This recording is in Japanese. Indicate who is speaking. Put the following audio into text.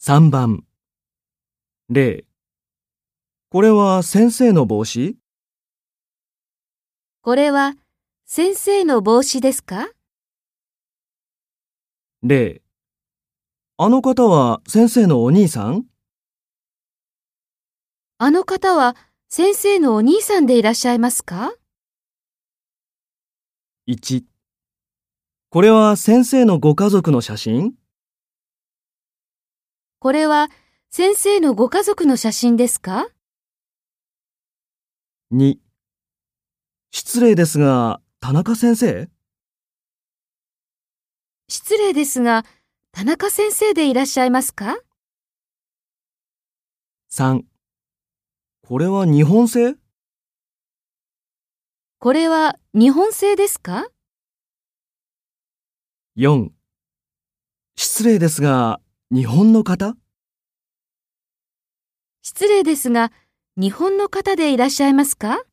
Speaker 1: 3番。0。これは先生の帽子
Speaker 2: これは先生の帽子ですか
Speaker 1: ?0。あの方は先生のお兄さん
Speaker 2: あの方は先生のお兄さんでいらっしゃいますか
Speaker 1: ?1。これは先生のご家族の写真
Speaker 2: これは先生のご家族の写真ですか
Speaker 1: ?2。失礼ですが、田中先生
Speaker 2: 失礼ですが、田中先生でいらっしゃいますか
Speaker 1: ?3。これは日本製
Speaker 2: これは日本製ですか
Speaker 1: ?4。失礼ですが、日本の方
Speaker 2: 失礼ですが、日本の方でいらっしゃいますか